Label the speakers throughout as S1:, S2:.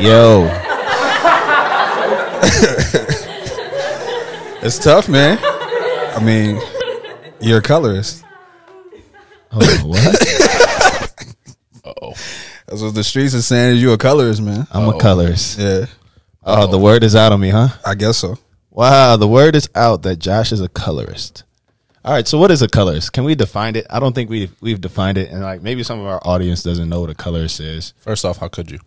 S1: Yo. it's tough, man. I mean, you're a colorist.
S2: Oh, what?
S1: That's what the streets are saying. Is you a colorist, man?
S2: I'm a colorist.
S1: Yeah,
S2: Oh, the word is out on me, huh?
S1: I guess so.
S2: Wow, the word is out that Josh is a colorist. All right, so what is a colorist? Can we define it? I don't think we've we've defined it, and like maybe some of our audience doesn't know what a colorist is.
S3: First off, how could you?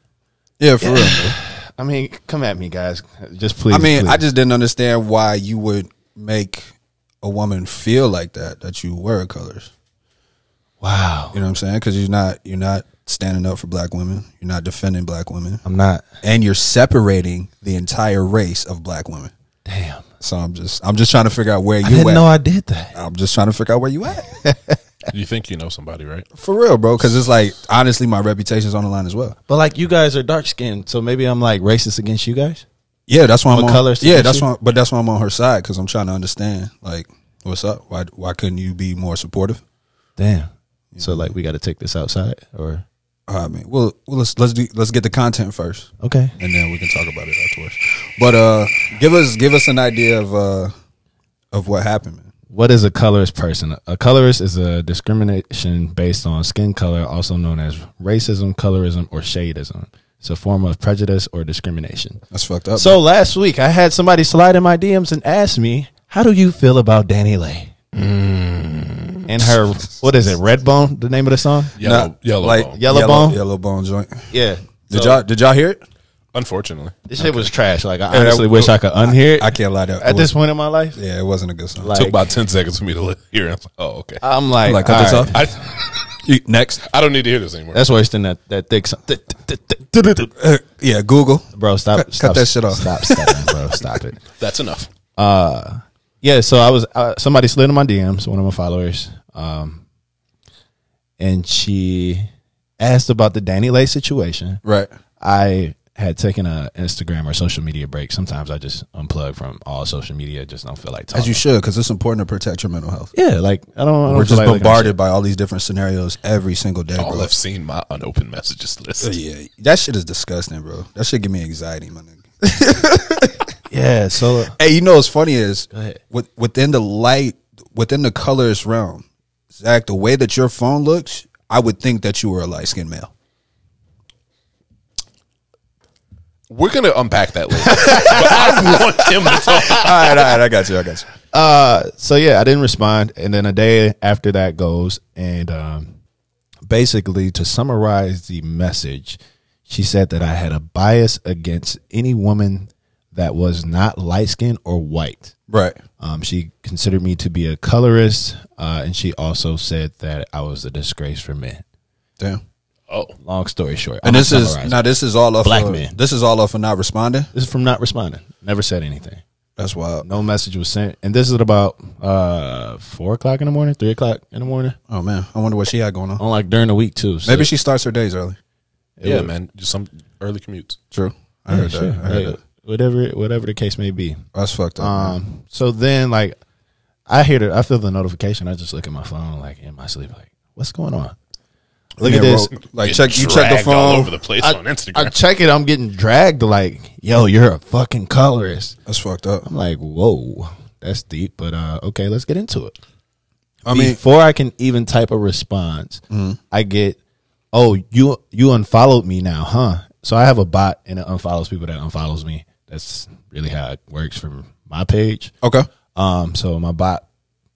S1: Yeah, for real. man.
S2: I mean, come at me, guys. Just please.
S1: I mean,
S2: please.
S1: I just didn't understand why you would make a woman feel like that that you were colors.
S2: wow.
S1: You know what I'm saying? Because you're not you're not standing up for black women. You're not defending black women,
S2: I'm not.
S1: and you're separating the entire race of black women.
S2: Damn.
S1: So I'm just I'm just trying to figure out where
S2: I
S1: you
S2: didn't
S1: at.
S2: know I did that.
S1: I'm just trying to figure out where you at.
S3: You think you know somebody, right?
S1: For real, bro. Because it's like honestly, my reputation's on the line as well.
S2: But like, you guys are dark skinned, so maybe I'm like racist against you guys.
S1: Yeah, that's why I'm
S2: What
S1: on.
S2: colors did
S1: yeah,
S2: you
S1: that's
S2: see?
S1: why. But that's why I'm on her side because I'm trying to understand. Like, what's up? Why why couldn't you be more supportive?
S2: Damn. So like, we got to take this outside, or
S1: I mean, well, well let's let's do, let's get the content first,
S2: okay.
S1: and then we can talk about it afterwards. But uh, give us give us an idea of uh of what happened, man.
S2: What is a colorist person? A colorist is a discrimination based on skin color, also known as racism, colorism, or shadeism. It's a form of prejudice or discrimination.
S1: That's fucked up.
S2: So last week, I had somebody slide in my DMs and ask me, "How do you feel about Danny Lay?"
S1: Mm.
S2: And her, what is it? Redbone, the name of the song?
S3: Yellow,
S1: Nah,
S3: yellow
S1: like
S3: bone.
S2: Yellow
S1: yellow,
S2: bone?
S1: yellow bone joint.
S2: Yeah.
S1: Did
S2: So,
S1: y'all did y'all hear it?
S3: Unfortunately,
S2: This shit was trash. Like I
S3: that-
S2: honestly wish I could unhear it.
S1: I can't lie. That
S2: at this point in my life,
S1: yeah, it wasn't a good song.
S2: Like- Uh,
S3: took about ten seconds for me to li- hear. It. I was like, oh, okay.
S2: I'm like,
S1: like cut
S2: all
S1: this
S2: right,
S1: off.
S3: I
S1: You- next,
S3: I don't need to hear this anymore.
S2: That's worse than that that thick. Song. Th- th- th- th-
S1: yeah, Google.
S2: Bro, stop.
S1: Cut- cut
S2: stop
S1: that shit off.
S2: Stop, stop, bro. Stop it.
S3: That's enough.
S2: yeah, so I was uh, somebody slid in my DMs, one of my followers, um, and she asked about the Danny Lay situation.
S1: Right.
S2: I had taken a Instagram or social media break. Sometimes I just unplug from all social media. Just don't feel like talking.
S1: As you should, because it's important to protect your mental health.
S2: yeah, like I don't. I don't
S1: We're
S2: feel
S1: just
S2: like looking at
S1: bombarded by all these different scenarios every single day,
S3: All
S1: bro.
S3: have seen my unopened messages list.
S1: yeah, that shit is disgusting, bro. That shit give me anxiety, my nigga.
S2: shit. Yeah, so
S1: Hey, you know what's funny is
S2: ahead.
S1: with, within the light, within the colorist realm, Zach. The way that your phone looks, I would think that you were a light skinned male.
S3: We're gonna unpack that later. but I want him to talk.
S1: all right, all right, I got you, I got you.
S2: so yeah, I didn't respond, and then a day after that goes, and um, basically to summarize the message, she said that I had a bias against any woman that was not light skinned or white.
S1: Right,
S2: Um, she considered me to be a colorist, uh, and she also said that I was a disgrace for men.
S1: damn.
S3: Oh,
S2: Long story short,
S1: And
S2: I'ma
S1: this is
S2: summarize it.
S1: now. This is all off.
S2: Black
S1: of,
S2: man.
S1: This is all off of not responding.
S2: this is from not responding. Never said anything.
S1: That's wild.
S2: No message was sent, and this is at about uh, four o'clock in the morning, three o'clock in the morning,
S1: Oh man, I wonder what she had going on.
S2: on like during the week too. so-
S1: Maybe she starts her days early.
S3: yeah, man. Just some early commutes.
S1: True. I heard
S2: Sure.
S1: that. I heard
S2: Like,
S1: that.
S2: whatever whatever the case may be.
S1: That's fucked up. man.
S2: Um so then like I hear the I feel the notification. I just look at my phone like in my sleep, like, what's going on? Look
S1: Yeah,
S2: at this.
S1: bro, like
S3: Getting
S1: check you check the
S3: dragged
S1: phone.
S3: all over the place
S2: I,
S3: on Instagram.
S2: I check it, I'm getting dragged like, yo, you're a fucking colorist.
S1: That's fucked up.
S2: I'm like, whoa, that's deep, but uh okay, let's get into it.
S1: I mean, Mm-hmm.
S2: before I can even type a response, I get, "Oh, you you unfollowed me now, huh?" So I have a bot and it unfollows people that unfollows me. That's really how it works for my page.
S1: okay.
S2: Um, so my bot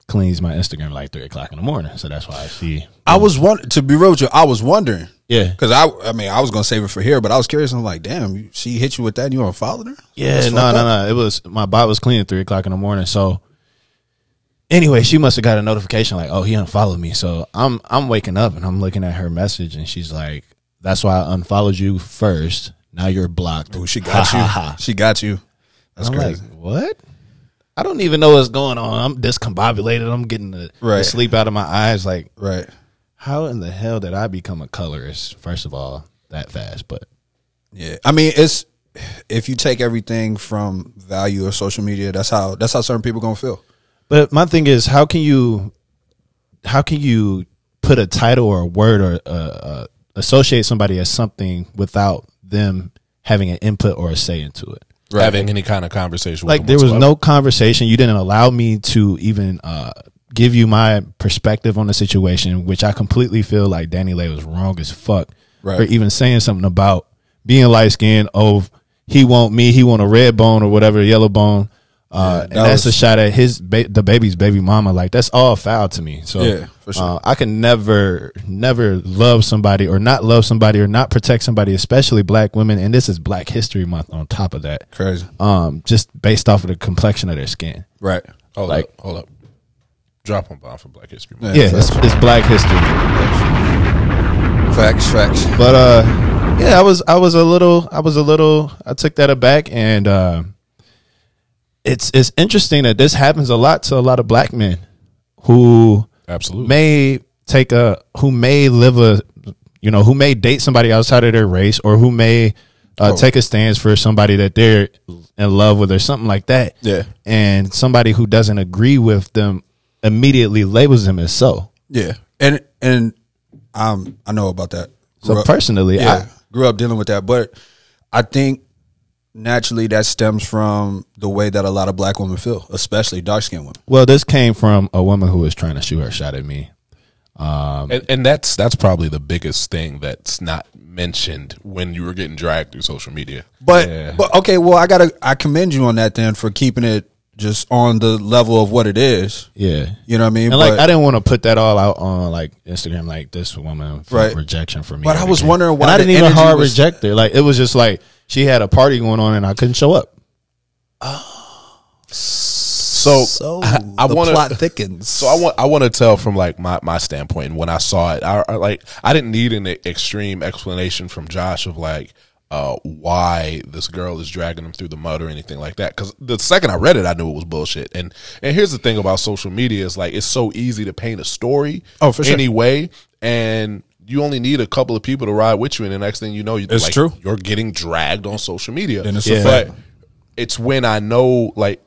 S2: cleans my Instagram like three o'clock in the morning. So that's why I see.
S1: I was wondering to be real with you. I was wondering
S2: Yeah,
S1: because I, I mean, I was gonna save it for here, but I was curious. I'm like, damn, you- she hit you with that, and you unfollowed her.
S2: yeah,
S1: That's
S2: no,
S1: fucked
S2: no,
S1: up.
S2: no. It was my bot was cleaning three o'clock in the morning. So anyway, she must have got a notification like, "Oh, he unfollowed me." So I'm I'm waking up and I'm looking at her message, and she's like, "That's why I unfollowed you first. Now you're blocked."
S1: Ooh, she got you. She got you. That's
S2: I'm
S1: crazy.
S2: like, what? I don't even know what's going on. I'm discombobulated. I'm getting the, the
S1: Right.
S2: sleep out of my eyes. Like,
S1: right.
S2: how in the hell did I become a colorist? First of all, that fast, but
S1: Yeah. I mean, it's if you take everything from value of social media, that's how that's how certain people gonna feel.
S2: but my thing is, how can you, how can you put a title or a word or uh, uh, associate somebody as something without them having an input or a say into it.
S3: having any kind of conversation.
S2: Like
S3: with
S2: there
S3: them
S2: was
S3: whatsoever.
S2: no conversation. You didn't allow me to even uh, give you my perspective on the situation, which I completely feel like Danny Lay was wrong as fuck
S1: Right.
S2: for even saying something about being light skinned. Oh, he want me. He want a red bone or whatever, yellow bone. Uh, and
S1: that
S2: that's a
S1: was-
S2: shot at his ba- the baby's baby mama. Like that's all foul to me. So
S1: Yeah, for sure.
S2: uh, I can never never love somebody or not love somebody or not protect somebody, especially black women. And this is Black History Month on top of that
S1: Crazy.
S2: um, just based off of the complexion of their skin.
S1: Right.
S3: Hold
S2: like-
S3: up, hold up. Drop on bomb for Black History Month.
S2: Yeah, it's, it's Black history.
S1: Facts, facts.
S2: But uh, yeah, I was I was a little I was a little I took that aback, and uh, it's it's interesting that this happens a lot to a lot of black men who
S3: Absolutely.
S2: may take a who may live a you know who may date somebody outside of their race or who may
S1: Oh.
S2: uh, take a stance for somebody that they're in love with or something like that.
S1: Yeah.
S2: and somebody who doesn't agree with them immediately labels them as so.
S1: Yeah. And and um I know about that.
S2: So
S1: Grew up-
S2: personally,
S1: yeah, grew up dealing with that. But I think naturally that stems from the way that a lot of black women feel, especially dark skinned women.
S2: Well, this came from a woman who was trying to shoot her shot at me.
S3: Um, and, and that's that's probably the biggest thing that's not mentioned when you were getting dragged through social media.
S1: But but okay, well I gotta I commend you on that then for keeping it just on the level of what it is.
S2: Yeah.
S1: You know what I mean?
S2: And like
S1: but,
S2: I didn't want to put that all out on like Instagram like this woman felt
S1: Right.
S2: rejection for me.
S1: But I was wondering why
S2: and I
S1: the
S2: didn't even
S1: energy
S2: hard
S1: was-
S2: reject her. Like it was just like she had a party going on and I couldn't show up.
S3: So, I, I
S1: the
S3: want
S1: plot
S3: to.
S1: thickens.
S3: So I want I want to tell from like my my standpoint and when I saw it. I, I like I didn't need an extreme explanation from Josh of like uh, why this girl is dragging him through the mud or anything like that. Because the second I read it, I knew it was bullshit. And and here's the thing about social media is like it's so easy to paint a story.
S1: Oh, for sure.
S3: Anyway, and you only need a couple of people to ride with you, and the next thing you know, you,
S1: It's
S3: like,
S1: true.
S3: You're getting dragged on social media.
S1: And it's a Yeah. fact.
S3: But it's when I know like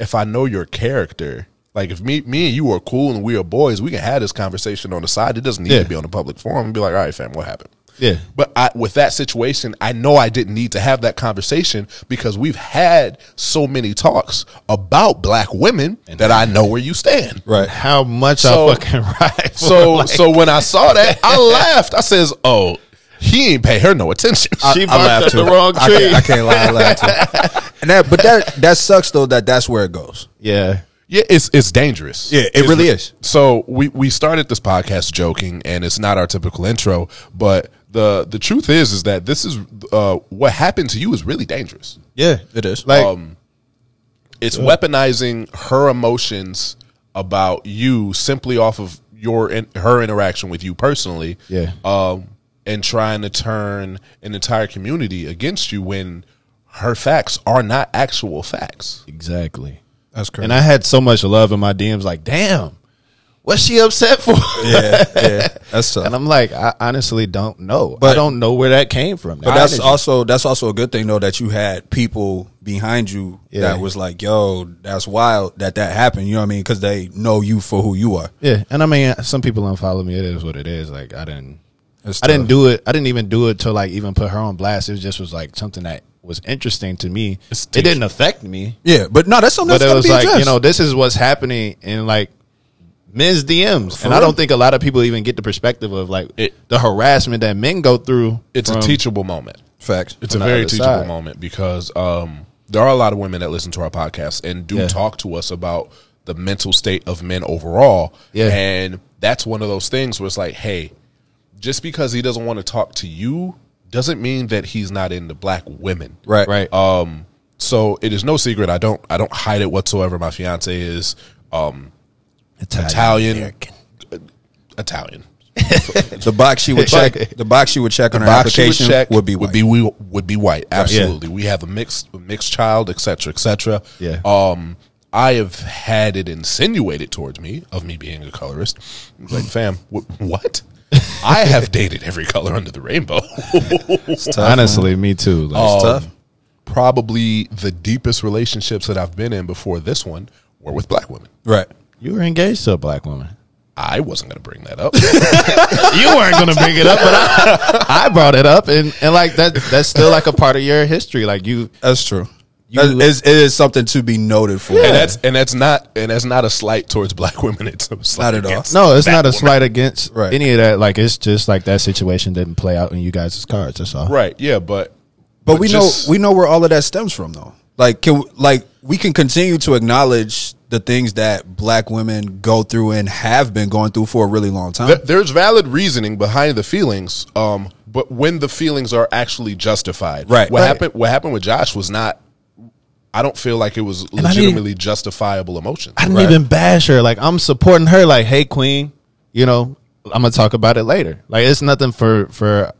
S3: if I know your character, like if me me and you are cool and we are boys, we can have this conversation on the side. It doesn't need
S2: Yeah.
S3: to be on the public forum and be like, all right, fam, what happened?
S2: Yeah.
S3: But I, with that situation, I know I didn't need to have that conversation because we've had so many talks about black women that I know where you stand.
S1: Right.
S2: How much
S3: So-
S2: I fucking ride. for,
S3: So
S2: like,
S3: so when I saw that, I laughed. I says, "Oh, he ain't pay her no attention."
S2: she barked at the wrong
S1: I,
S2: tree.
S1: can't- I can't lie, I laughed too. And that but that that sucks though that that's where it goes.
S2: yeah.
S3: yeah, it's it's dangerous.
S1: Yeah, it really is.
S3: So we we started this podcast joking, and it's not our typical intro, but the the truth is is that this is uh, what happened to you is really dangerous.
S2: Yeah.
S1: It is. Um,
S2: Like
S3: It's weaponizing her emotions about you simply off of your in, her interaction with you personally.
S2: Yeah.
S3: Um, and trying to turn an entire community against you when her facts are not actual facts.
S2: exactly.
S1: That's crazy.
S2: And I had so much love in my DMs like, damn, what's she upset for?
S1: yeah, yeah. That's tough.
S2: And I'm like, I honestly don't know. I
S1: But-
S2: don't know where that came from.
S1: But that's also that's also a good thing though that you had people behind you
S2: Yeah.
S1: that was like, "Yo, that's wild that that happened." You know what I mean? Because they know you for who you are.
S2: Yeah, and I mean, some people unfollow me. It is what it is. Like I didn't,
S1: It's
S2: I didn't
S1: tough.
S2: do it. I didn't even do it to like even put her on blast. It just was like something that was interesting to me.
S3: It's
S2: It didn't affect me,
S1: Yeah, but no, that's something
S2: but
S1: that's
S2: it
S1: gonna
S2: was
S1: be
S2: like
S1: addressed.
S2: you know, this is what's happening in like men's DMs, and I
S1: real.
S2: don't think a lot of people even get the perspective of like
S3: It-
S2: the harassment that men go through.
S3: It's a
S2: from-
S3: teachable moment.
S1: facts.
S3: It's
S2: on
S3: a
S2: the
S3: very
S2: other
S3: teachable
S2: side.
S3: moment because um, there are a lot of women that listen to our podcast and do
S2: Yeah.
S3: talk to us about the mental state of men overall.
S2: Yeah.
S3: And that's one of those things where it's like, hey, just because he doesn't want to talk to you doesn't mean that he's not into black women.
S1: Right,
S2: right.
S3: Um, so it is no secret. I don't I don't hide it whatsoever. My fiance is um, Italian Uh,
S2: American.
S3: Italian.
S1: The box she would
S2: But-
S1: check. The box she would check on her
S3: box she would
S1: application
S3: check
S1: would be
S3: would
S1: white.
S3: be we would be white. Absolutely, we have a mixed a mixed child, etc., cetera, etc.
S2: Yeah.
S3: Um, I have had it insinuated towards me of me being a colorist. Like, fam, wh- what? I have dated every color under the rainbow.
S2: Honestly, me too. Like,
S3: Um,
S1: tough.
S3: Probably the deepest relationships that I've been in before this one were with black women.
S1: right.
S2: you were engaged to a black woman.
S3: I wasn't going to bring that up.
S2: you weren't going to bring it up, but I, I brought it up, and, and like that that's still like a part of your history. Like you,
S1: That's true.
S2: You-
S1: That is- it is something to be noted for.
S3: and that's and that's not and that's not a slight towards black women. It's a slight
S1: Not at all.
S3: against
S2: no, it's not a
S3: woman.
S2: slight against
S1: Right.
S2: any of that. Like it's just like that situation didn't play out in you guys' cards. That's all.
S3: Right? Yeah, but
S1: But we
S3: just-
S1: know we know where all of that stems from, though. Like, can like we can continue to acknowledge the things that Black women go through and have been going through for a really long time.
S3: Th- there's valid reasoning behind the feelings, um, but when the feelings are actually justified,
S1: Right.
S3: What
S1: Right.
S3: happened? What happened with Josh was not. I don't feel like it was
S2: I mean-
S3: legitimately justifiable emotions.
S2: I didn't even bash her. Like I'm supporting her. Like, hey, Queen, you know, I'm gonna talk about it later. Like it's nothing for for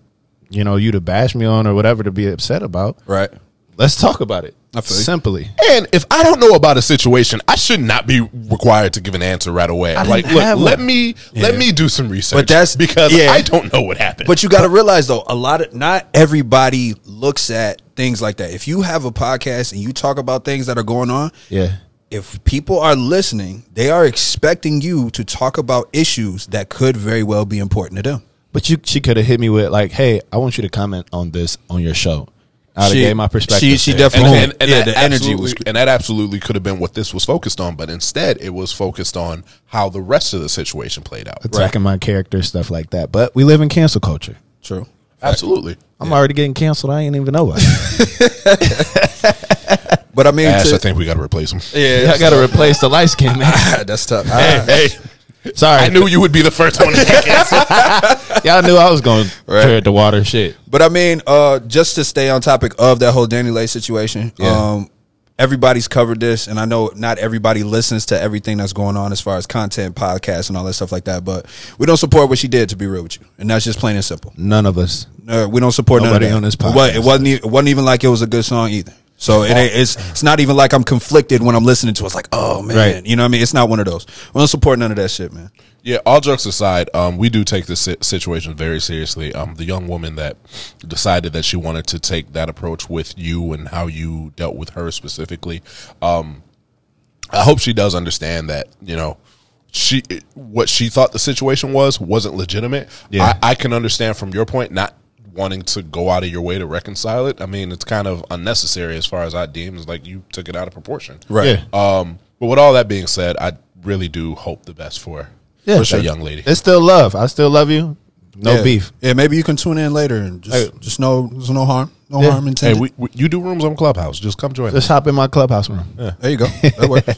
S2: you know you to bash me on or whatever to be upset about.
S1: right.
S2: Let's talk about it.
S1: I feel you.
S2: Simply.
S3: And if I don't know about a situation, I should not be required to give an answer right away.
S2: didn't
S3: Like, look,
S2: have
S3: let
S2: one.
S3: me let me do some research,
S1: But that's-
S3: because
S1: yeah.
S3: I don't know what happened.
S1: But you got to realize though, a lot of not everybody looks at things like that. If you have a podcast and you talk about things that are going on,
S2: Yeah.
S1: if people are listening, they are expecting you to talk about issues that could very well be important to them.
S2: But you, she could have hit me with like, "Hey, I want you to comment on this on your show." I'd have
S1: She-
S2: gave my perspective.
S1: she- she
S2: there.
S1: definitely- Boom.
S3: and, and, and
S1: Yeah,
S3: that
S1: the energy
S3: absolutely-
S1: was-
S3: and that absolutely could have been what this was focused on, but instead it was focused on how the rest of the situation played out.
S2: attacking my character, stuff like that. But we live in cancel culture.
S1: True.
S3: Absolutely.
S2: I'm already getting canceled. I ain't even know why.
S1: But I mean,
S3: Ash,
S1: to-
S3: I think we got to replace him.
S2: I got to replace the light skin man.
S1: that's tough.
S3: Hey,
S2: Sorry,
S3: I knew you would be the first one. to get canceled.
S2: y'all knew I was going to tread the water. Shit.
S1: But I mean, uh, just to stay on topic of that whole Danny Lay situation,
S2: Yeah.
S1: um, everybody's covered this, and I know not everybody listens to everything that's going on as far as content, podcasts, and all that stuff like that. But we don't support what she did, to be real with you, and that's just plain and simple.
S2: None of us.
S1: Uh, we don't support
S2: Nobody
S1: none
S2: on
S1: of
S2: this
S1: that. It wa- It
S2: podcast
S1: wasn't. e- It wasn't even like it was a good song either. So it ain't, it's it's not even like I'm conflicted when I'm listening to. it. It's like, oh man,
S2: Right.
S1: you know what I mean? It's not one of those. We don't support none of that shit, man.
S3: yeah, all jokes aside, um, we do take this si- situation very seriously. Um, the young woman that decided that she wanted to take that approach with you and how you dealt with her specifically, um, I hope she does understand that you know she what she thought the situation was wasn't legitimate.
S2: Yeah.
S3: I, I can understand from your point not wanting to go out of your way to reconcile it. I mean, it's kind of unnecessary as far as I deem. It's like you took it out of proportion,
S1: Right.
S2: Yeah.
S3: Um, but with all that being said, I really do hope the best for
S2: Yeah,
S3: for
S2: sure.
S3: that young lady.
S2: It's still love. I still love you. No
S1: Yeah.
S2: beef.
S1: Yeah, maybe you can tune in later and just
S2: Hey.
S1: just know there's no harm, no
S2: Yeah.
S1: harm
S3: Hey,
S1: intended.
S3: we, we, you do rooms on Clubhouse. Just come join us.
S2: Let's hop in my clubhouse room.
S1: There you go. That works.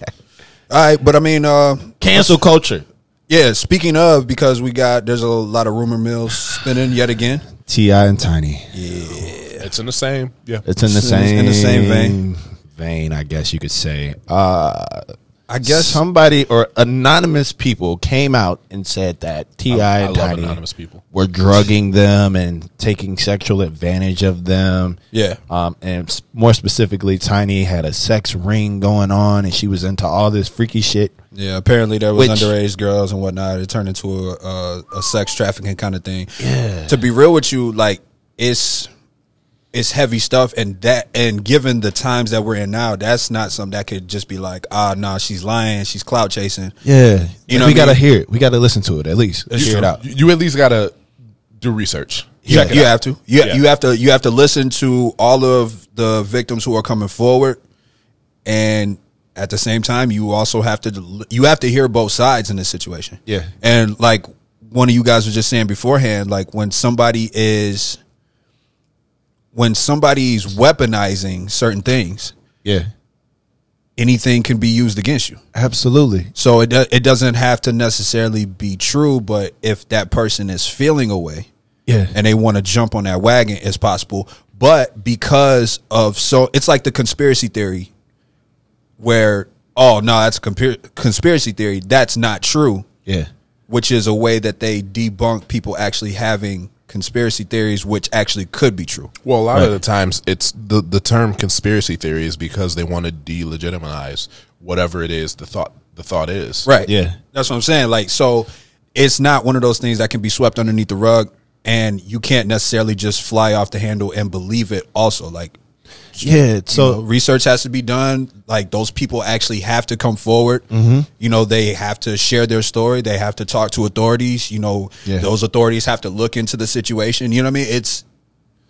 S1: All right, but I mean, uh,
S2: Cancel culture.
S1: yeah. Speaking of, because we got there's a lot of rumor mills spinning yet again.
S2: Ti and Tiny.
S3: It's in the same. Yeah.
S2: It's in the
S1: It's
S2: same
S1: in- in the same vein.
S2: Vein, I guess you could say. Uh,
S1: I guess
S2: somebody or anonymous people came out and said that Ti
S3: I
S2: and
S3: love
S2: Tiny
S3: anonymous people.
S2: were drugging them and taking sexual advantage of them.
S1: Yeah.
S2: um, and s- more specifically, Tiny had a sex ring going on, and she was into all this freaky shit.
S1: yeah. Apparently, there was
S2: Which-
S1: underage girls and whatnot. It turned into a, a, a sex trafficking kind of thing.
S2: Yeah.
S1: To be real with you, like it's it's heavy stuff, and that and given the times that we're in now, that's not something that could just be like, ah, nah, she's lying, she's clout chasing.
S2: Yeah,
S1: You know
S2: we
S1: what I
S2: gotta
S1: mean?
S2: hear it. We gotta listen to it at least.
S1: That's
S2: hear
S1: true.
S2: it out.
S3: You, you at least gotta do research.
S1: You,
S2: Check it
S1: you
S2: out.
S1: have to. You,
S3: Yeah.
S1: you have to. You have to listen to all of the victims who are coming forward, and at the same time, you also have to. You have to hear both sides in this situation.
S2: Yeah.
S1: And like one of you guys was just saying beforehand, like when somebody is, when somebody's weaponizing certain things,
S2: Yeah,
S1: anything can be used against you.
S2: absolutely.
S1: So it do- it doesn't have to necessarily be true, but if that person is feeling a way,
S2: Yeah,
S1: and they want to jump on that wagon as possible. But because of so, it's like the conspiracy theory where, oh, no, that's a compar- conspiracy theory. That's not true,
S2: yeah,
S1: which is a way that they debunk people actually having conspiracy theories, which actually could be true.
S3: Well, a lot
S2: Right.
S3: of the times, it's the the term conspiracy theory is because they want to delegitimize whatever it is the thought the thought is.
S1: Right.
S2: Yeah.
S1: That's what I'm saying. Like, so it's not one of those things that can be swept underneath the rug and you can't necessarily just fly off the handle and believe it also. Like,
S2: Yeah. So
S1: know, research has to be done. Like those people actually have to come forward.
S2: Mm-hmm.
S1: You know, they have to share their story. They have to talk to authorities. You know,
S2: Yeah.
S1: those authorities have to look into the situation. You know what I mean? It's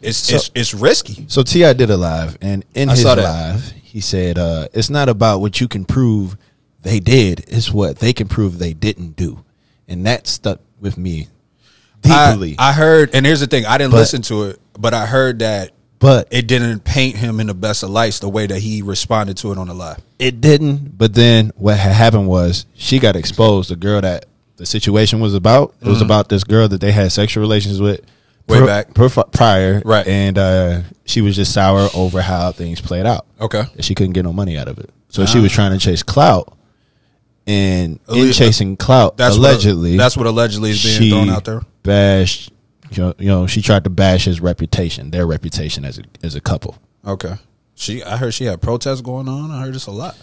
S1: it's it's, it's risky.
S2: So Ti did a live, and in
S1: I
S2: his
S1: saw that.
S2: live, he said, uh, "It's not about what you can prove they did; it's what they can prove they didn't do," and that stuck with me
S1: I,
S2: deeply.
S1: I heard, and here's the thing: I didn't
S2: But-
S1: listen to it, but I heard that
S2: but it,
S1: it didn't paint him in the best of lights the way that he responded to it on the live.
S2: it didn't. But then what had happened was she got exposed. The girl that the situation was about it was about this girl that they had sexual relations with.
S1: Mm-hmm. Way back.
S2: prior,
S1: Right.
S2: and uh, she was just sour over how things played out.
S1: Okay. Ah.
S2: and she couldn't get no money out of it. So she was trying to chase clout, and in
S1: Alle-
S2: chasing clout,
S1: That's
S2: allegedly,
S1: What, that's what allegedly is being
S2: she
S1: thrown out there.
S2: Bashed, you know, you know, she tried to bash his reputation, their reputation as a as a couple.
S1: Okay. She, I heard she had protests going on. I heard this a lot.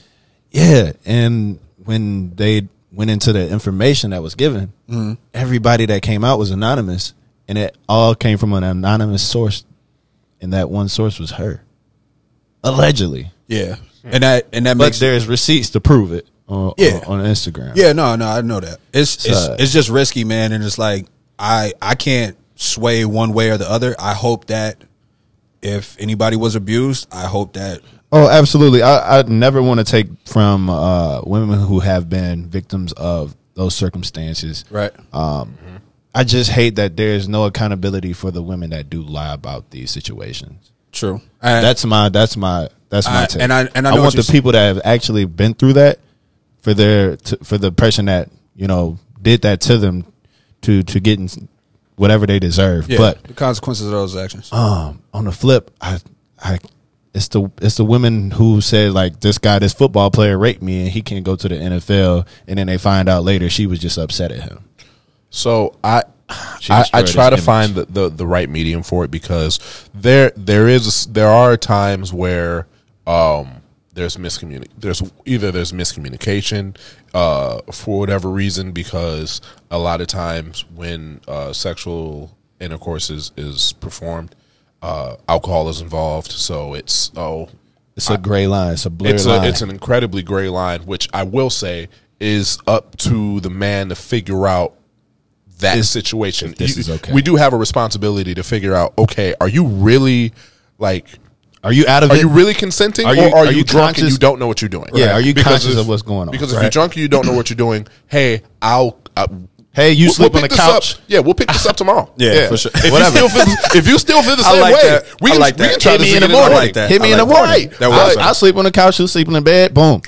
S2: Yeah, and when they went into the information that was given,
S1: Mm-hmm.
S2: everybody that came out was anonymous, and it all came from an anonymous source, and that one source was her, allegedly.
S1: Yeah, and that and that
S2: But
S1: makes
S2: there's receipts to prove it on,
S1: Yeah.
S2: on, on Instagram.
S1: yeah no no I know that it's it's
S2: So-
S1: it's just risky man and it's like I I can't sway one way or the other. I hope that if anybody was abused, I hope that
S2: Oh, absolutely. I, I never want to take from uh, women who have been victims of those circumstances.
S1: right
S2: I just hate that there is no accountability for the women that do lie about these situations.
S1: true. And
S2: That's my. That's my. That's my
S1: I-
S2: take.
S1: and I- and I know what
S2: want
S1: you're
S2: the
S1: saying.
S2: people that have actually been through that for their to, for the person that you know did that to them to to getting whatever they deserve.
S1: yeah,
S2: But
S1: the consequences of those actions.
S2: um, on the flip, I, I, it's the it's the women who said like this guy, this football player raped me, and he can't go to the NFL, and then they find out later she was just upset at him.
S3: So I,
S2: She
S3: I, I
S2: destroyed
S3: try to
S2: his image.
S3: find the, the the right medium for it because there there is there are times where um there's miscommunic there's either there's miscommunication uh for whatever reason because a lot of times when uh, sexual intercourse is, is performed uh, alcohol is involved so it's oh
S2: It's a gray line. It's a blur
S3: it's
S2: line.
S3: a, it's an incredibly gray line, which I will say is up to the man to figure out that situation.
S2: this
S3: You-
S2: is okay.
S3: We do have a responsibility to figure out. Okay, are you really like?
S2: are you out of
S3: Are
S2: it?
S3: you really consenting,
S2: Are you-
S3: or are,
S2: are
S3: you,
S2: you
S3: drunk and
S2: conscious-
S3: you don't know what you're doing?
S2: Yeah, are you conscious of what's going on?
S3: Because if you're
S2: Right.
S3: drunk and you don't know what you're doing, hey, I'll. I,
S2: hey, you
S3: we'll-
S2: sleep
S3: we'll
S2: on the
S3: pick this up.
S2: couch.
S3: Yeah, we'll pick this up tomorrow.
S1: Yeah, for sure.
S3: If
S2: Whatever.
S3: you still feel, the- if you still feel the
S1: I
S3: same
S1: like
S3: way,
S1: that.
S3: we
S1: I
S3: can,
S1: like
S3: we
S1: that.
S3: can try
S1: Hit
S3: to
S1: me in
S3: figure
S1: the
S3: this
S1: morning.
S3: out.
S1: I like that.
S2: Hit me in the
S1: like that.
S2: morning.
S1: That
S2: I,
S1: works.
S2: I sleep on the couch. You sleep in the bed. Boom.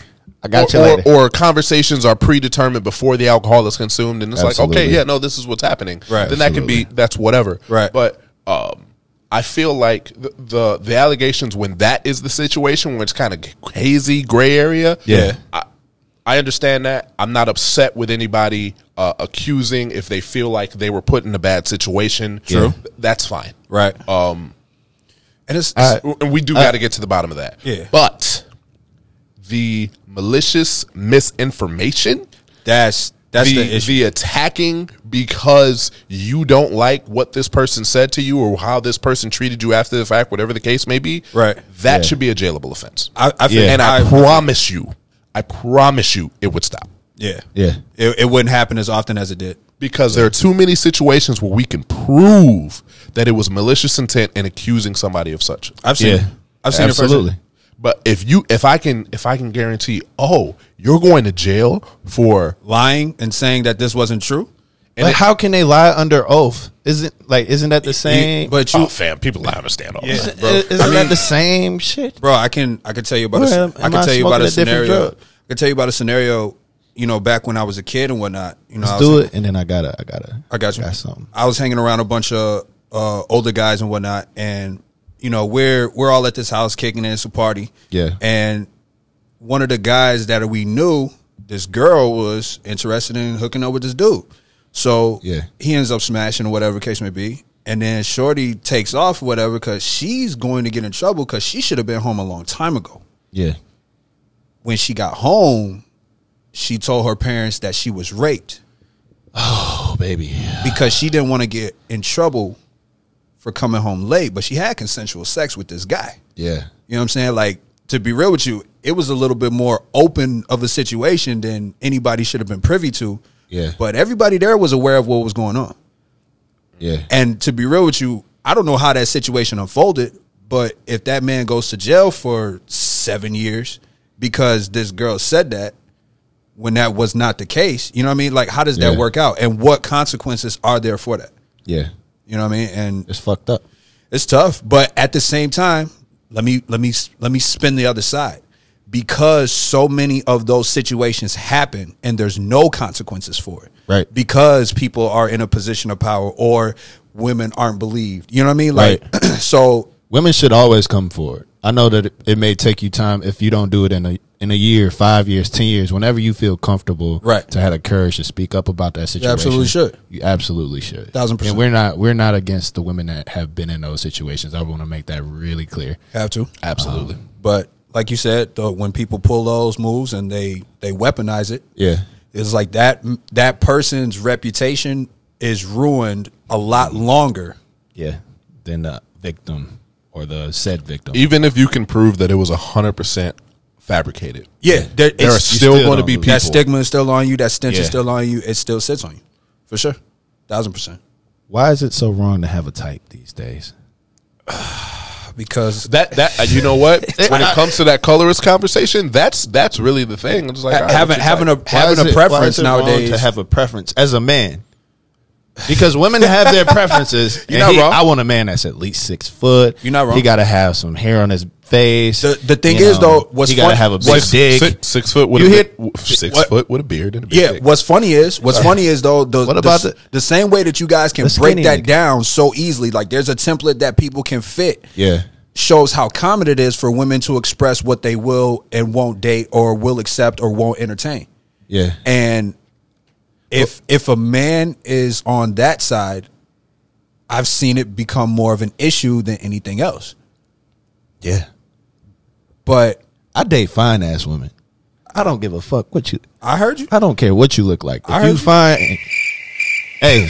S2: I got
S3: or,
S2: you
S3: or,
S2: later.
S3: or conversations are predetermined before the alcohol is consumed, and it's like, okay,
S2: Absolutely.
S3: yeah, no, this is what's happening.
S1: Right.
S3: Then that can be that's whatever.
S1: Right.
S3: But um, I feel like the, the the allegations when that is the situation when it's kind of hazy gray area.
S2: Yeah.
S3: I, I understand that. I'm not upset with anybody uh, accusing if they feel like they were put in a bad situation.
S2: True.
S3: That's fine.
S1: right. Um, and it's, it's-
S3: And we do got to get to the bottom of that.
S1: Yeah.
S3: But the malicious misinformation
S1: that's that's
S3: the,
S1: the,
S3: the,
S1: issue.
S3: attacking because you don't like what this person said to you or how this person treated you after the fact, whatever the case may be.
S1: Right.
S3: That
S2: Yeah.
S3: should be a jailable offense.
S1: I, I feel,
S2: Yeah.
S3: and I,
S1: I-
S3: promise you, I promise you, it would stop
S1: yeah
S2: yeah.
S1: It, it wouldn't happen as often as it did.
S3: because there are too many situations where we can prove that it was malicious intent and accusing somebody of such.
S1: I've seen.
S2: Yeah.
S1: It. I've seen it
S2: Absolutely.
S1: firsthand.
S3: But if you, if I can, if I can guarantee, oh, you're going to jail for
S1: lying and saying that this wasn't true.
S2: But how can they lie under oath? Isn't like isn't that the same?
S1: But you,
S3: oh, fam, people lie on the stand all the time.
S2: isn't isn't that the same shit?
S1: bro, I can I can tell you about a,
S2: Well,
S1: I
S2: am
S1: can
S2: I
S1: tell you
S2: smoking
S1: about a
S2: a different
S1: scenario.
S2: drug?
S1: I can tell you about a scenario. You know, back when I was a kid and whatnot. You know, I
S2: Let's
S1: was
S2: do it, and then I gotta, I gotta,
S1: I got you.
S2: Got something.
S1: I was hanging around a bunch of uh, older guys and whatnot, and you know we're we're all at this house kicking it. It's a party.
S2: Yeah.
S1: And one of the guys that we knew, this girl was interested in hooking up with this dude. So
S2: Yeah.
S1: he ends up smashing whatever case may be, and then Shorty takes off whatever because she's going to get in trouble because she should have been home a long time ago.
S2: Yeah.
S1: When she got home, she told her parents that she was raped
S2: Oh baby.
S1: because she didn't want to get in trouble for coming home late, but she had consensual sex with this guy.
S2: Yeah.
S1: You know what I'm saying? Like to be real with you, it was a little bit more open of a situation than anybody should have been privy to.
S2: Yeah.
S1: But everybody there was aware of what was going on.
S2: Yeah.
S1: And to be real with you, I don't know how that situation unfolded, but if that man goes to jail for seven years because this girl said that when that was not the case, you know what I mean? Like, how does that
S2: Yeah.
S1: work out? And what consequences are there for that?
S2: Yeah.
S1: You know what I mean? And
S2: It's fucked up.
S1: it's tough, but at the same time, let me let me let me spin the other side because so many of those situations happen and there's no consequences for it.
S2: Right.
S1: Because people are in a position of power or women aren't believed. You know what I mean? Like so
S2: Women should always come forward. I know that it- it may take you time if you don't do it in a in a year, five years, ten years, whenever you feel comfortable,
S1: Right.
S2: To have the courage to speak up about that situation,
S1: absolutely should.
S2: You absolutely should.
S1: Thousand percent.
S2: And we're not we're not against the women that have been in those situations. I want to make that really clear.
S1: have to.
S3: Absolutely.
S1: But like you said, though, when people pull those moves and they they weaponize it,
S2: Yeah,
S1: it's like that that person's reputation is ruined a lot longer.
S2: yeah. Then the victim or the said victim.
S3: Even if you can prove that it was hundred percent fabricated,
S1: Yeah, there,
S3: there are
S1: it's-
S3: still,
S2: still
S3: going to
S2: don't
S3: be
S2: lose.
S3: people.
S1: That stigma is still on you. That stench
S3: Yeah.
S1: is still on you. It still sits on you, for sure, thousand percent.
S2: Why is it so wrong to have a type these days?
S1: Because
S3: That that uh, you know what? when it comes to that colorist conversation, that's that's really the thing. I'm just like all
S1: ha-
S3: right,
S1: having
S3: what's your
S1: having
S3: type?
S1: a having a preference nowadays.
S2: to have a preference as a man. Because women have their preferences. And
S3: You're not
S2: he-
S3: wrong.
S2: I want a man that's at least six foot.
S1: You're not wrong.
S2: He got to have some hair on his face.
S1: The- the thing
S2: You
S1: is, though, what's
S2: he got to
S1: fun-
S2: have a big
S1: what's-
S2: dick.
S3: six, six foot with
S2: You
S3: a
S2: hit-
S3: bit- w- six
S1: what-
S3: foot with a beard and a big
S1: yeah,
S3: dick.
S1: what's funny is what's funny is though the
S2: What
S1: the
S2: about
S1: s-
S2: the-
S1: the same way that you guys can
S2: The
S1: break
S2: skinny
S1: that
S2: nigga.
S1: down so easily. Like there's a template that people can fit.
S2: yeah,
S1: Shows how common it is for women to express what they will and won't date or will accept or won't entertain.
S2: yeah,
S1: And if if a man is on that side, I've seen it become more of an issue than anything else.
S2: yeah.
S1: But
S2: I date fine ass women. I don't give a fuck what you.
S1: I heard you.
S2: I don't care what you look like. If
S1: I
S2: you
S1: heard you.
S2: fine, hey,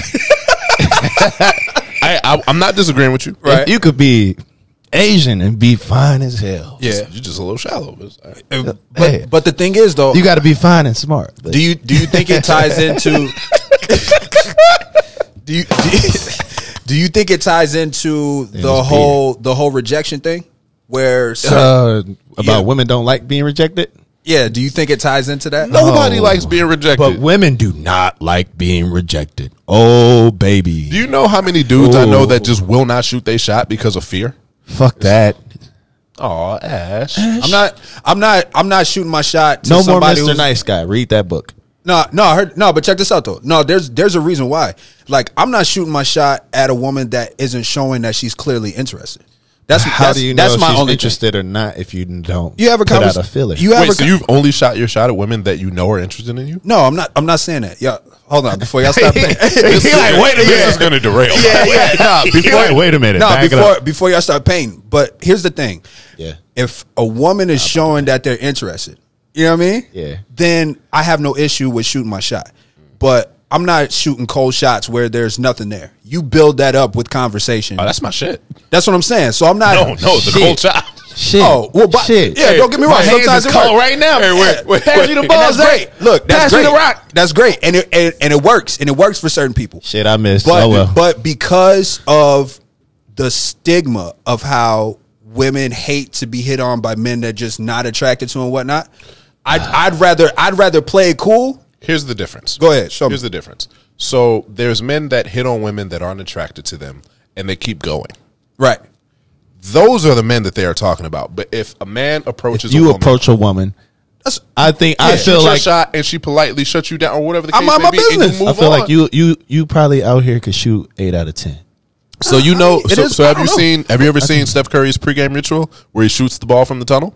S3: I, I, I'm not disagreeing with you.
S1: Right.
S2: you could be Asian and be fine as hell.
S1: Yeah.
S3: you're just a little shallow. It's uh, all right.
S1: But
S2: Hey.
S1: but the thing is though,
S2: You got to be fine and smart.
S1: do you do you think it ties into do you do you, do you think it ties into the
S2: it's
S1: whole the whole rejection thing? Where cer-
S2: uh, about
S1: Yeah.
S2: women don't like being rejected?
S1: yeah, do you think it ties into that?
S3: Nobody
S2: Oh.
S3: likes being rejected.
S2: But women do not like being rejected. Oh, baby.
S3: Do you know how many dudes I know
S2: Ooh.
S3: that just will not shoot they shot because of fear?
S2: Fuck that.
S3: Oh, Ash. I'm
S1: I'm
S3: not.
S1: not. I'm not. I'm not shooting my shot. To
S2: No more
S1: somebody
S2: Mr.
S1: who's-
S2: Nice Guy. Read that book.
S1: No, no, I heard no, but check this out though. No, there's there's a reason why. Like I'm not shooting my shot at a woman that isn't showing that she's clearly interested. That's
S2: How
S1: that's,
S2: do you know
S1: that's
S2: if
S1: my
S2: she's
S1: only interest.
S2: interested or not if you don't
S1: You have a
S2: put out
S1: conversation.
S2: a feeler?
S1: You have
S3: Wait,
S1: a
S3: so
S1: con-
S3: you've only shot your shot at women that you know are interested in you?
S1: no. I'm not. I'm not saying that. Yeah, hold on. Before y'all stop. paying,
S3: This- This is going to derail. Yeah,
S2: no, before, wait a minute.
S1: No,
S2: back it
S1: before
S2: up.
S1: before y'all start paying. But here's the thing.
S2: Yeah.
S1: If a woman is showing that they're interested, you know what I mean?
S2: Yeah.
S1: Then I have no issue with shooting my shot. But I'm not shooting cold shots where there's nothing there. You build that up with conversation.
S3: Oh, that's my shit.
S1: That's what I'm saying. So I'm not.
S3: No, no, the
S2: Shit.
S3: cold shot.
S2: Shit.
S1: Oh, well, but,
S2: Shit.
S1: yeah, don't get me wrong.
S3: My hands
S1: Sometimes
S3: is
S1: it
S3: cold
S1: works.
S3: right now. Hey, wait, wait,
S2: Pass me the
S3: wait.
S2: ball,
S1: And that's
S2: Zach.
S1: great. Look, that's
S2: Pass me
S1: great.
S2: the rock.
S1: That's great, and it and, and it works, and it works for certain people.
S2: Shit, I missed.
S1: But
S2: oh, well.
S1: but because of the stigma of how women hate to be hit on by men they're just not attracted to and whatnot, I'd, I'd rather I'd rather play it cool.
S3: Here's the difference.
S1: Go ahead, show me.
S3: Here's the difference. So there's men that hit on women that aren't attracted to them, and they keep going.
S1: Right.
S3: Those are the men that they are talking about. But if a man approaches,
S2: you
S3: a woman,
S2: approach a woman.
S1: That's
S2: I think, I
S3: yeah, shoot
S2: feel
S3: your
S2: like.
S3: shot, and she politely shuts you down, or whatever the case
S1: I'm on
S3: may
S1: my
S3: be, and you
S1: business.
S3: move
S2: I feel
S3: on.
S2: like you, you, you probably out here could shoot eight out of ten.
S3: So you know,
S1: it
S3: so,
S1: is-
S3: so
S1: I
S3: have
S1: don't
S3: you
S1: know.
S3: seen? Have you ever seen Steph Curry's pregame ritual where he shoots the ball from the tunnel?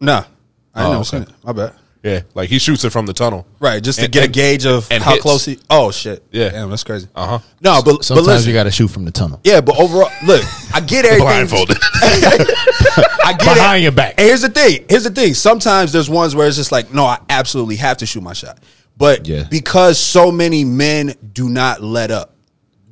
S1: nah. I
S3: Oh,
S1: never
S3: okay.
S1: seen it. My bad.
S3: Yeah, like he shoots it from the tunnel.
S1: Right, just to
S3: And-
S1: get
S3: and-
S1: a gauge of
S3: and
S1: how
S3: hits.
S1: close he. Oh shit!
S3: Yeah.
S1: damn, that's crazy.
S3: Uh-huh.
S1: No, but
S2: Sometimes
S1: but listen,
S2: you got to shoot from the tunnel.
S1: Yeah, but overall, look, I get everything.
S3: Blindfolded.
S1: I get
S2: Behind
S1: it.
S2: your back.
S1: And here's the thing. Here's the thing. Sometimes there's ones where it's just like, no, I absolutely have to shoot my shot. But
S2: Yeah.
S1: because so many men do not let up,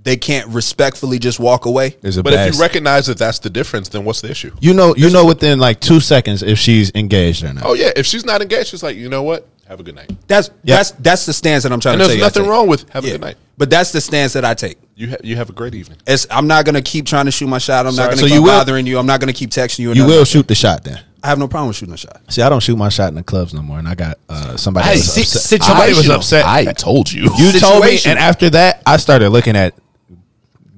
S1: they can't respectfully just walk away.
S2: Is a
S3: But if
S2: bad-
S3: you recognize that that's the difference, then what's the issue?
S2: you know, you know within like two seconds if she's engaged or not.
S3: Oh yeah, if she's not engaged, she's like, you know what? Have a good night.
S1: That's that's that's the stance that I'm trying
S3: And
S1: to
S3: there's
S1: tell you I
S3: nothing
S1: take.
S3: wrong with have a
S1: Yeah.
S3: good night.
S1: But that's the stance that I take.
S3: You ha- you have a great evening.
S1: It's, I'm not gonna keep trying to shoot my shot. I'm
S3: Sorry.
S1: not gonna
S2: So
S1: keep
S2: you will-
S1: bothering you. I'm not gonna keep texting you. or
S2: you
S1: nothing
S2: will
S1: like
S2: shoot the shot then.
S1: that. I have no problem with shooting a shot.
S2: See, I don't shoot my shot in the clubs no more, and I got uh, somebody.
S4: Hey,
S2: was
S4: sit-
S2: upset.
S4: sit-
S2: somebody was
S4: situational.
S2: upset.
S4: I told you.
S2: you told me,
S1: Situational.
S2: and after that, I started looking at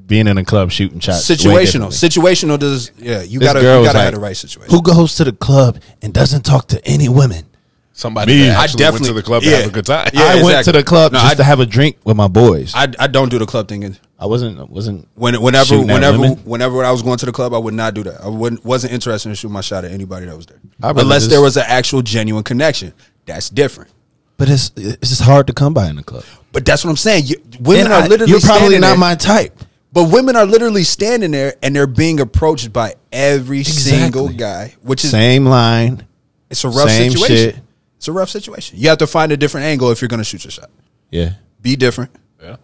S2: being in a club shooting shots. way
S1: Situational.
S2: differently.
S1: Situational does. Yeah, you
S2: This
S1: gotta you
S2: girl was
S1: gotta
S2: like,
S1: have the right situation.
S2: Who goes to the club and doesn't talk to any women?
S3: Somebody
S2: Me.
S3: that
S1: I
S3: actually went
S1: definitely-
S3: to the club
S1: yeah.
S3: to have a good time.
S1: Yeah.
S2: I went to
S1: exactly.
S2: the club
S1: No,
S2: just
S1: I-
S2: to have a drink with my boys. I,
S1: I, I don't do the club thing.
S2: wasn't wasn't
S1: Whenever
S2: shooting at
S1: whenever
S2: women.
S1: whenever I was going to the club, I would not do that. I wouldn't wasn't interested in shooting my shot at anybody that was there,
S2: I'd rather
S1: unless
S2: just-
S1: there was an actual genuine connection. That's different.
S2: but it's it's just hard to come by in the club.
S1: But that's what I'm saying. You, women
S2: And
S1: are
S2: I-
S1: literally
S2: you're probably
S1: standing
S2: not
S1: there.
S2: my type.
S1: But women are literally standing there and they're being approached by every
S2: Exactly.
S1: single guy, which is
S2: Same line.
S1: it's a rough
S2: same
S1: situation.
S2: shit.
S1: It's a rough situation. You have to find a different angle if you're going to shoot your shot.
S2: Yeah,
S1: Be different.
S3: Yeah.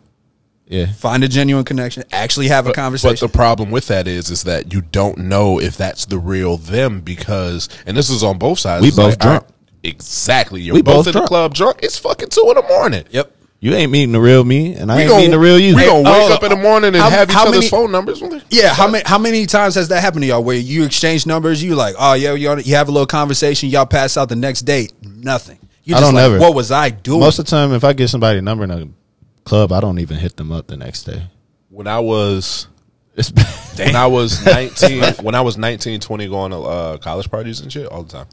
S2: yeah.
S1: Find a genuine connection. Actually have a
S3: But
S1: conversation.
S3: the problem with that is, is that you don't know if that's the real them because, and this is on both sides.
S2: We
S3: It's
S2: both
S3: all right,
S2: drunk.
S3: exactly. You're
S2: We
S3: both,
S2: both
S3: in
S2: drunk.
S3: the club drunk. It's fucking two in the morning.
S1: yep.
S2: You ain't meeting the real me, and I
S3: We
S2: ain't
S3: gonna,
S2: meeting the real you.
S3: We gonna wake
S1: Oh,
S3: up in the morning and
S1: how-
S3: have each
S1: how
S3: other's
S1: many-
S3: phone numbers.
S1: Yeah, how many how many times has that happened to y'all? Where you exchange numbers, you like, oh yeah, you you have a little conversation, y'all pass out the next day, nothing. You
S2: I
S1: just
S2: don't
S1: like,
S2: ever.
S1: what was I doing?
S2: Most of the time, if I get somebody a number in a club, I don't even hit them up the next day.
S3: When I was
S2: It's
S3: when I was 19, when I was 19, 20 going to uh, college parties and shit all the time.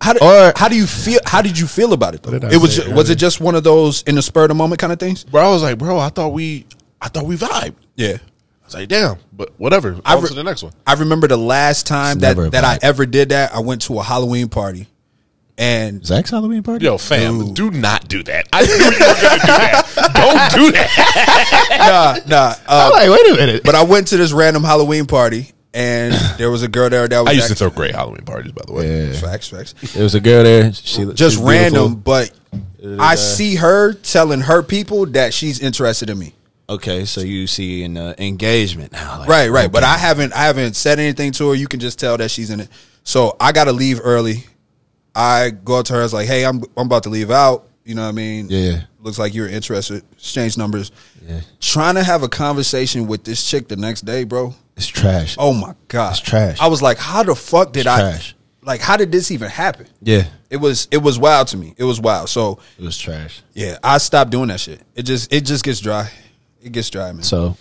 S1: How do,
S2: Or-
S1: how do you feel? How did you feel about it though?
S2: did I
S1: It was
S2: say
S1: ju- was it just one of those in the spur of the moment kind of things?
S3: Bro, I was like, bro, I thought we, I thought we vibed.
S1: Yeah,
S3: I was like, damn, but whatever. On
S1: I re-
S3: to the next one.
S1: I remember the last time
S2: It's
S1: that
S2: never a
S1: that I
S2: vibe.
S1: ever did that. I went to a Halloween party, and
S2: Zach's Halloween party.
S3: Yo, fam, do not do that. I knew you were gonna do that. Don't do that.
S1: nah, nah.
S2: I'm
S1: Uh,
S2: like, wait a minute.
S1: but I went to this random Halloween party, and there was a girl there that was
S3: I used to
S1: act-
S3: throw great Halloween parties, by the way.
S2: Yeah.
S1: facts, facts.
S2: There was a girl there. She
S1: Just
S2: she's beautiful.
S1: random, but I see her telling her people that she's interested in me.
S2: Okay, so you see an uh, engagement now, like,
S1: Right, right. But
S2: okay.
S1: I haven't I haven't said anything to her. You can just tell that she's in it. So I gotta leave early. I go up to her, I was like, hey, I'm I'm about to leave out. You know what I mean?
S2: Yeah.
S1: Looks like you're interested. Exchange numbers.
S2: Yeah.
S1: Trying to have a conversation with this chick the next day, bro.
S2: it's trash.
S1: Oh my god.
S2: It's trash.
S1: I was like, how the fuck did
S2: It's
S1: I
S2: trash.
S1: like how did this even happen?
S2: yeah,
S1: It was it was wild to me. It was wild. So
S2: it was trash.
S1: yeah, I stopped doing that shit. It just it just gets dry. It gets dry, man.
S2: So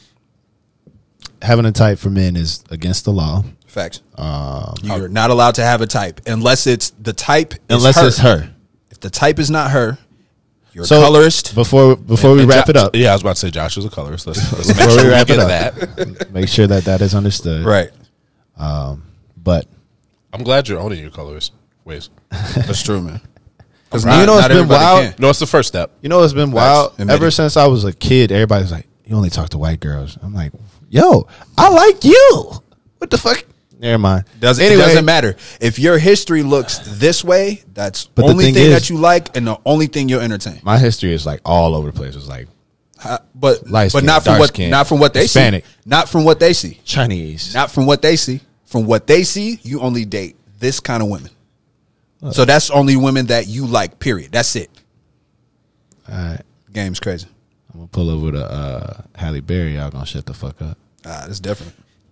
S2: having a type for men is against the law,
S1: Facts.
S2: Um,
S1: You're not allowed to have a type unless it's the type. Is
S2: unless it's her.
S1: If the type is not her, you're
S2: So
S1: a colorist.
S2: Before before we wrap
S3: Jo-
S2: it up,
S3: Yeah, I was about to say Josh is a colorist. Let's, let's make
S2: before
S3: sure
S2: we
S3: we
S2: wrap
S3: get
S2: it
S3: to
S2: up,
S3: that.
S2: make sure that that is understood.
S1: right.
S2: but
S3: I'm glad you're owning your colorist ways.
S1: That's true, man. Because
S2: You know what's been wild?
S3: No, it's the first step.
S2: you know, it's been wild.
S1: admit
S2: Ever
S1: it.
S2: since I was a kid, everybody's like, "You only talk to white girls." I'm like, "Yo, I like you." What the fuck? Never mind.
S1: Does,
S2: Anyway,
S1: It doesn't matter. If your history looks this way, that's the
S2: But the
S1: only
S2: thing
S1: thing,
S2: is-
S1: that you like and the only thing you'll entertain.
S2: My history is like all over the place. It's like
S1: But
S2: Light
S1: but
S2: skin,
S1: not from
S2: dark
S1: what
S2: skin,
S1: not from what they
S2: Hispanic.
S1: see. Not from what they see.
S2: Chinese.
S1: Not from what they see. From what they see, you only date this kind of women. So that's only women that you like. Period. That's it.
S2: All right.
S1: Game's crazy.
S2: I'm gonna pull over to uh, Halle Berry. Y'all gonna shut the fuck up.
S1: Ah, that's different.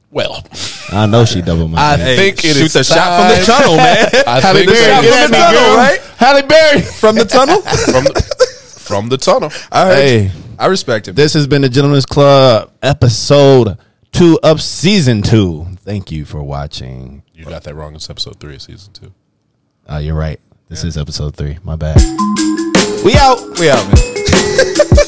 S3: Well,
S2: I know she double my.
S3: I
S2: name.
S3: think it is
S1: shoot the shot from the
S3: time-
S1: tunnel, man.
S3: I
S2: Halle
S3: think
S2: Berry,
S3: it's time
S2: get at
S1: from the
S2: me,
S1: tunnel,
S2: girl.
S1: right?
S2: Halle Berry.
S1: From the tunnel?
S3: from the, from the tunnel.
S1: I heard
S2: Hey.
S1: you. I respect it.
S2: This has been the Gentleman's Club episode two of season two. Thank you for watching.
S3: You got that wrong. It's episode three of season two.
S2: Uh, you're right. This is episode three. My bad. We out.
S1: we out, man.